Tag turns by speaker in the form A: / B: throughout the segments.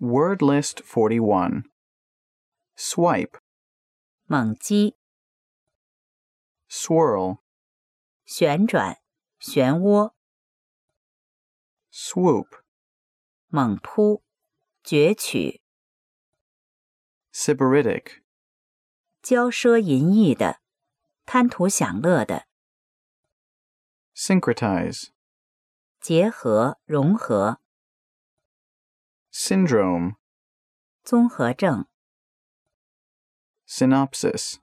A: Word list 41. Swipe,
B: 猛击、
A: swirl,
B: 旋转、漩涡、
A: swoop,
B: 猛扑、攫取、
A: sybaritic,
B: 骄奢淫逸的、贪图享乐的、
A: syncretize,
B: 结合、融合、
A: syndrome,
B: 综合症、
A: synopsis,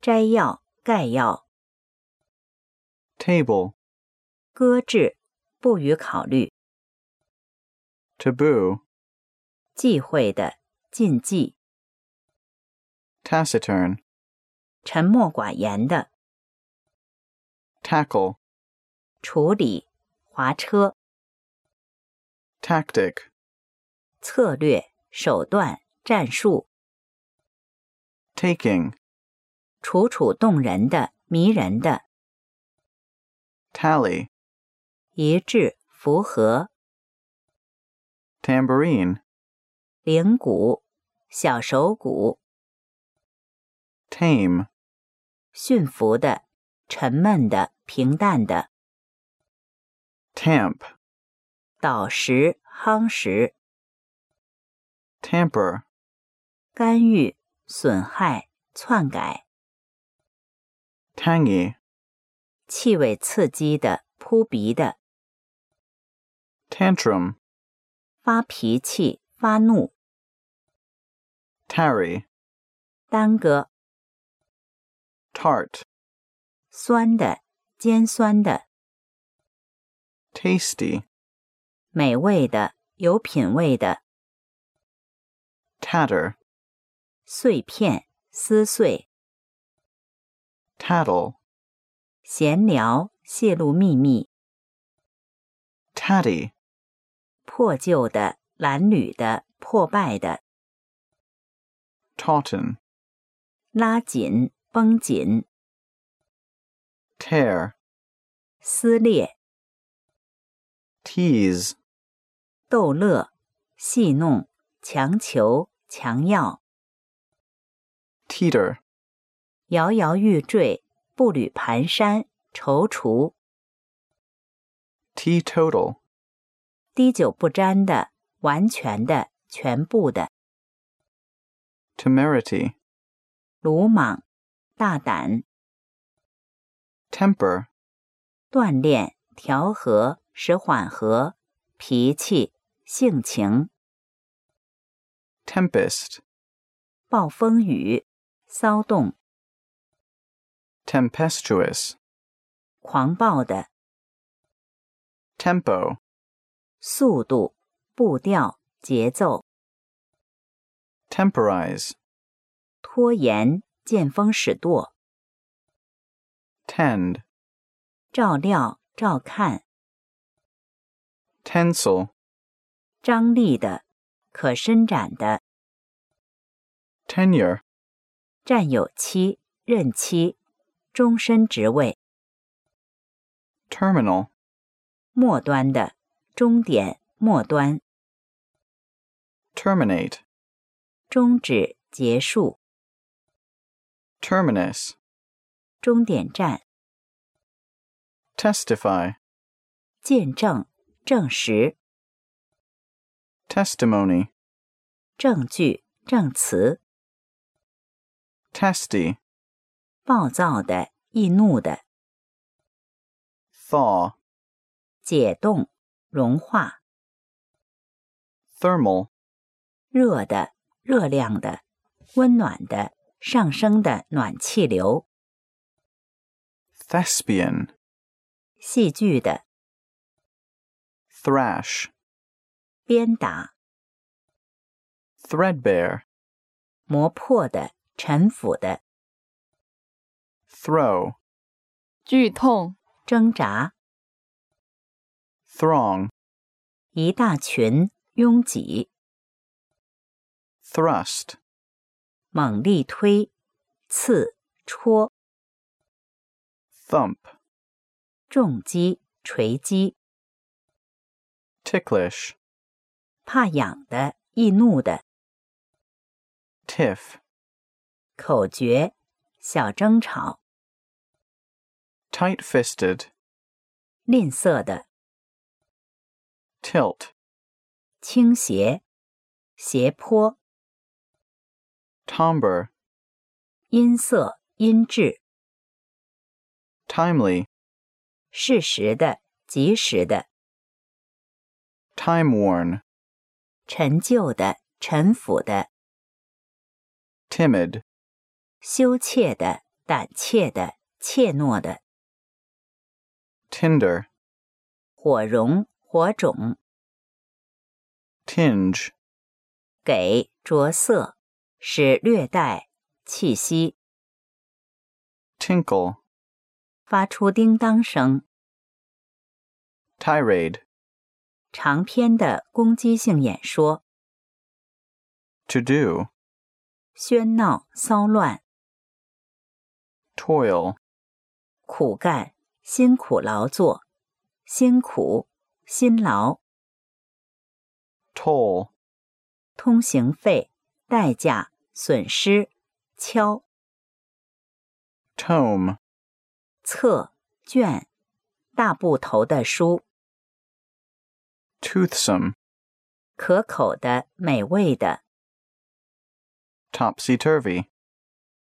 B: 摘要、概要、
A: table,
B: 搁置、不予考虑、
A: taboo,
B: 忌讳的、禁忌、
A: taciturn,
B: 沉默寡言的、
A: tackle,
B: 处理、划车、
A: tactic,
B: 策略、手段、战术、
A: taking,
B: 楚楚动人的、迷人的、
A: tally,
B: 一致、符合、
A: tambourine,
B: 灵骨、小手骨、
A: tame,
B: 驯服的、沉闷的、平淡的、
A: tamp,
B: 倒食、夯实、
A: tamper,
B: 干预、损害、篡改、
A: tangy,
B: 气味刺激的、扑鼻的、
A: tantrum,
B: 发脾气、发怒、
A: tarry,
B: 耽搁、
A: tart,
B: 酸的、尖酸的、
A: tasty,
B: 美味的、有品味的、
A: tatter,
B: 碎片、撕碎、
A: tattle,
B: 闲聊、泄露秘密、
A: tatty,
B: 破旧的、褴褛的、破败的、
A: tauten,
B: 拉紧、绷紧、
A: tear,
B: 撕裂、
A: tease,
B: 逗乐、戏弄、强求、强要、
A: teeter,
B: 摇摇欲坠、步履蹒跚、踌躇、
A: teetotal,
B: 滴酒不沾的、完全的、全部的、
A: temerity,
B: 鲁莽、大胆、
A: temper,
B: 锻炼、调和、使缓和、脾气、性情、
A: tempest,
B: 暴风雨、骚动、
A: tempestuous,
B: 狂暴的、
A: tempo,
B: 速度、步调、节奏、
A: temporize,
B: 拖延、见风使舵、
A: tend,
B: 照料、照看、
A: tensile,
B: 张力的、可伸展的、
A: tenure,
B: 占有期、任期、终身职位、
A: terminal,
B: 末端的、终点、末端、
A: terminate,
B: 终止、结束、
A: terminus,
B: 终点站、
A: testify,
B: 见证、证实、
A: testimony,
B: 证据、证词、
A: testy,
B: 暴躁的、易怒的、
A: thaw,
B: 解冻、融化、
A: thermal,
B: 热的、热量的、温暖的、上升的暖气流、
A: thespian,
B: 戏剧的、
A: thrash,
B: 鞭打、
A: threadbare,
B: 磨破的、沉腐的、
A: throw,
C: 剧痛、
B: 挣扎、
A: throng,
B: 一大群拥挤、
A: thrust,
B: 猛力推、刺、戳、
A: thump,
B: 重击、锤击、
A: ticklish,
B: 怕痒的、易怒的
A: tiff,
B: 口诀，小争吵，
A: tight fisted,
B: 吝啬的
A: tilt,
B: 倾斜，斜坡，
A: timbre,
B: 音色音质，
A: timely,
B: 适时的及时的，
A: time worn,
B: 陈旧的陈腐的，
A: timid,
B: 羞怯的胆怯的怯懦的，
A: tinder,
B: 火融火种，
A: tinge,
B: 给着色，使略带气息。
A: tinkle,
B: 发出叮当声，
A: tirade,
B: 长篇的攻击性演说，
A: to do,
B: 喧闹骚乱，
A: toil,
B: 苦干，辛苦劳作，辛苦，辛劳，
A: toll,
B: 通行费，代价，损失，敲，
A: tome,
B: 册，卷，大部头的书，
A: toothsome,
B: 可口的，美味的，
A: topsy turvy,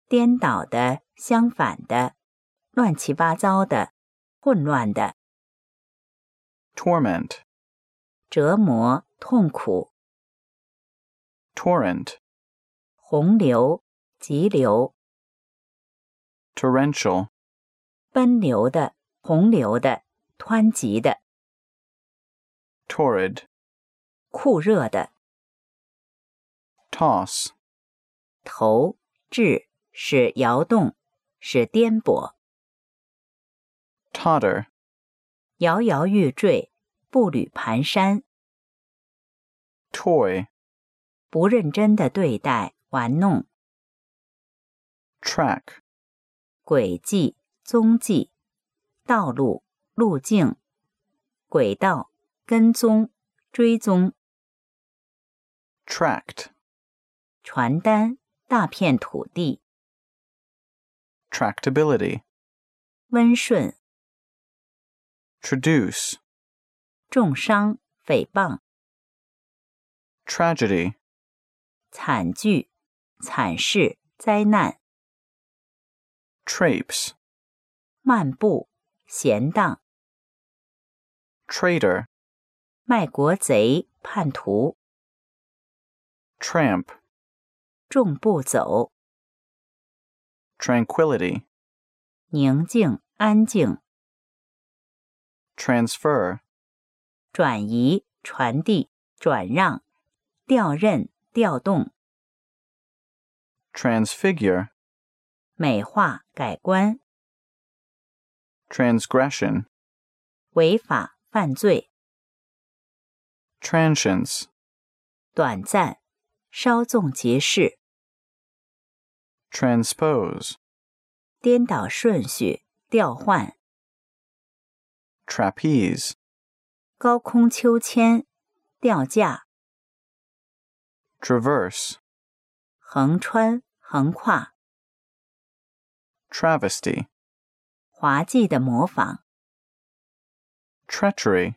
B: 颠倒的，相反的，乱七八糟的，混乱的，
A: torment,
B: 折磨，痛苦。
A: torrent,
B: 洪流、急流、
A: torrential,
B: 奔流的、洪流的、湍急的、
A: torrid,
B: 酷热的、
A: toss,
B: 投掷使摇动，使颠簸，
A: totter,
B: 摇摇欲坠，步履蹒跚，
A: toy,
B: 不认真的对待、玩弄、
A: track,
B: 轨迹、踪迹、道路、路径、轨道、跟踪、追踪、
A: tract,
B: 传单、大片土地、
A: tractability,
B: 温顺、
A: traduce,
B: 重伤、诽谤。
A: tragedy,
B: 惨剧、惨事、灾难、
A: traipse,
B: 漫步、闲荡、
A: traitor,
B: 卖国贼、叛徒、
A: tramp,
B: 重步走、
A: tranquility,
B: 宁静、安静、
A: transfer,
B: 转移、传递、转让、调任、调动、
A: transfigure,
B: 美化、改观、
A: transgression,
B: 违法、犯罪、
A: transience,
B: 短暂、稍纵即逝、
A: transpose,
B: 颠倒顺序、调换、
A: trapeze,
B: 高空秋千、吊架、
A: traverse,
B: 横穿、横跨。
A: travesty,
B: 滑稽的模仿、
A: treachery,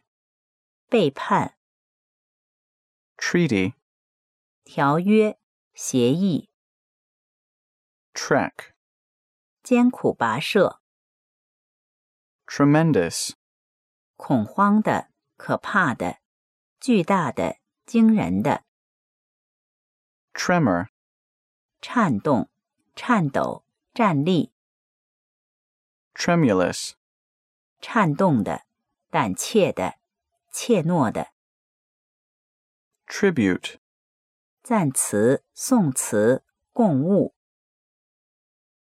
B: 背叛、
A: treaty,
B: 条约、协议、
A: trek,
B: 艰苦跋涉、
A: tremendous,
B: 恐慌的、可怕的、巨大的、惊人的、
A: tremor,
B: 颤动、颤抖、站立、
A: tremulous,
B: 颤动的、胆怯的、怯懦的、
A: tribute,
B: 赞词、颂词、供物、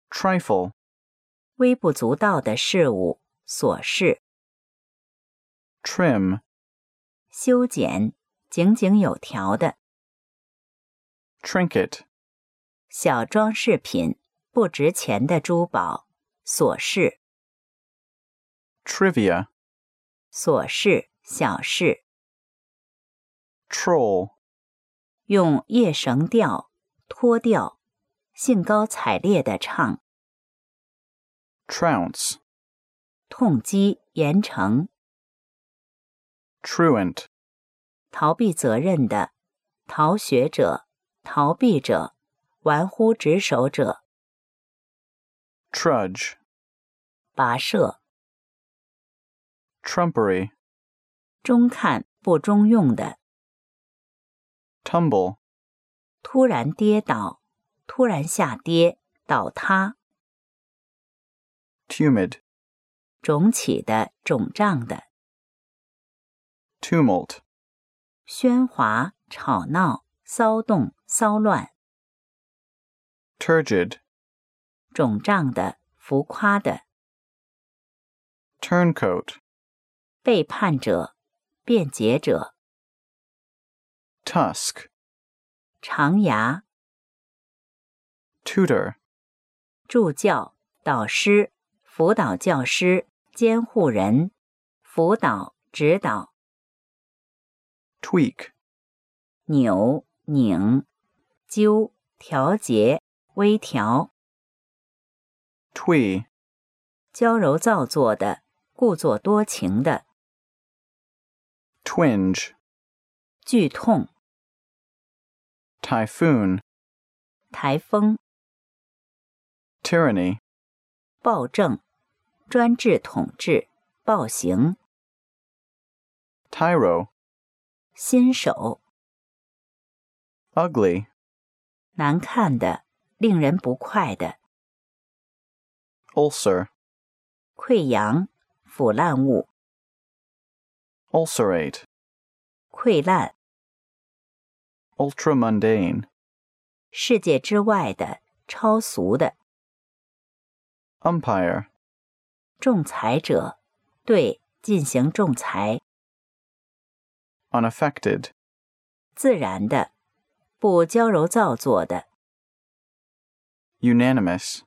A: trifle,
B: 微不足道的事物、琐事、
A: trim,
B: 修剪、井井有条的、
A: trinket,
B: 小装饰品、不值钱的珠宝、琐事。
A: trivia,
B: 琐事、小事、
A: troll,
B: 用夜绳调、脱调，兴高采烈地唱，
A: trounce,
B: 痛击严惩，
A: truant,
B: 逃避责任的，逃学者、逃避者、玩忽职守者、
A: trudge,
B: 跋涉、
A: trumpery,
B: 中看不中用的，
A: tumble,
B: 突然跌倒，突然下跌、倒塌、
A: tumid,
B: 肿起的、肿胀的。
A: tumult,
B: 喧哗、吵闹、骚动、骚乱、
A: turgid,
B: 肿胀的、浮夸的、
A: turncoat,
B: 背叛者、辩解者、
A: tusk,
B: 长牙、
A: tutor,
B: 助教、导师、辅导教师、监护人、辅导、指导、
A: tweak,
B: 扭、拧、揪、调节、微调、
A: twee,
B: 娇柔造作的、故作多情的、
A: twinge,
B: 剧痛、
A: typhoon,
B: 台风、
A: tyranny,
B: 暴政、专制统治、暴行。
A: tyro,
B: 新手、
A: ugly,
B: 难看的、令人不快的、
A: ulcer,
B: 溃疡、腐烂物、
A: ulcerate,
B: 溃烂、
A: ultra mundane,
B: 世界之外的、超俗的、
A: umpire,
B: 仲裁者对进行仲裁、
A: unaffected,
B: 自然的、不矫揉造作的、
A: unanimous,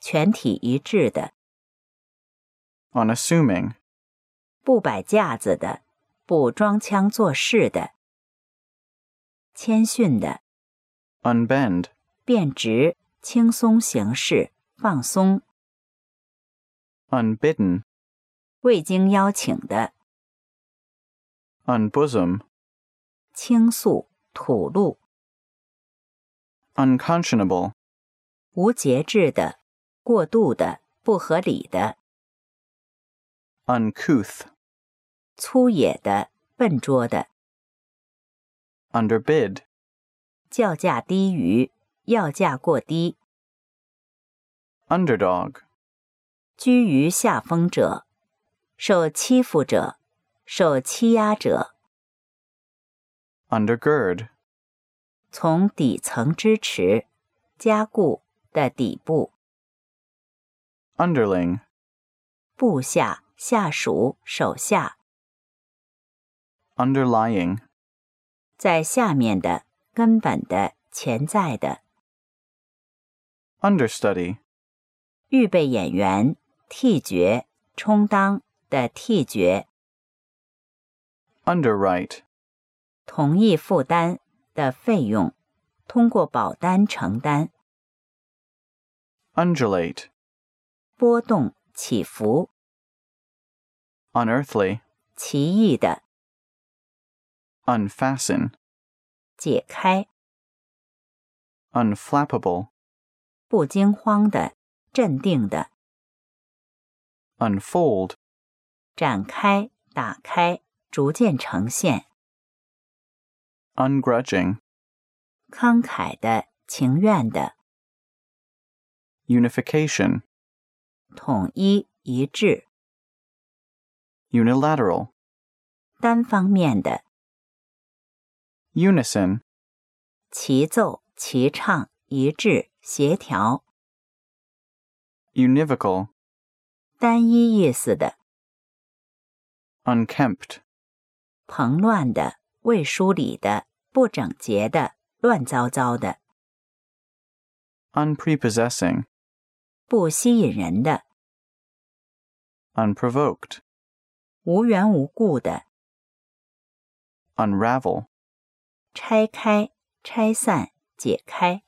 B: 全体一致的、
A: unassuming,
B: 不摆架子的、不装腔作势的、谦逊的、
A: unbend,
B: 变直、轻松行事、放松、
A: unbidden,
B: 未经邀请的。
A: unbosom,
B: 倾诉、吐露、
A: unconscionable,
B: 无节制的、过度的、不合理的、
A: uncouth,
B: 粗野的、笨拙的、
A: underbid,
B: 叫价低于、要价过低、
A: underdog,
B: 居于下风者、受欺负者、受欺压者、
A: undergird,
B: 从底层支持、加固的底部、
A: underling,
B: 部下、下属、手下，
A: underlying,
B: 在下面的、根本的、潜在的。
A: understudy,
B: 预备演员、替角、充当的替角、
A: underwrite,
B: 同意负担的费用，通过保单承担、
A: undulate,
B: 波动、起伏、
A: unearthly,
B: 奇异的
A: unfasten,
B: 解开、
A: unflappable,
B: 不惊慌的、镇定的
A: unfold,
B: 展开、打开，逐渐呈现，
A: ungrudging,
B: 慷慨的、情愿的、
A: unification,
B: 统一一致、
A: unilateral,
B: 单方面的、
A: unison,
B: 齐奏、齐唱、一致、协调、
A: univocal,
B: 单一意思的。
A: unkempt,
B: 蓬乱的、未梳理的、不整洁的、乱糟糟的、
A: unprepossessing,
B: 不吸引人的、
A: unprovoked,
B: 无缘无故的、
A: unravel,
B: 拆开、拆散、解开。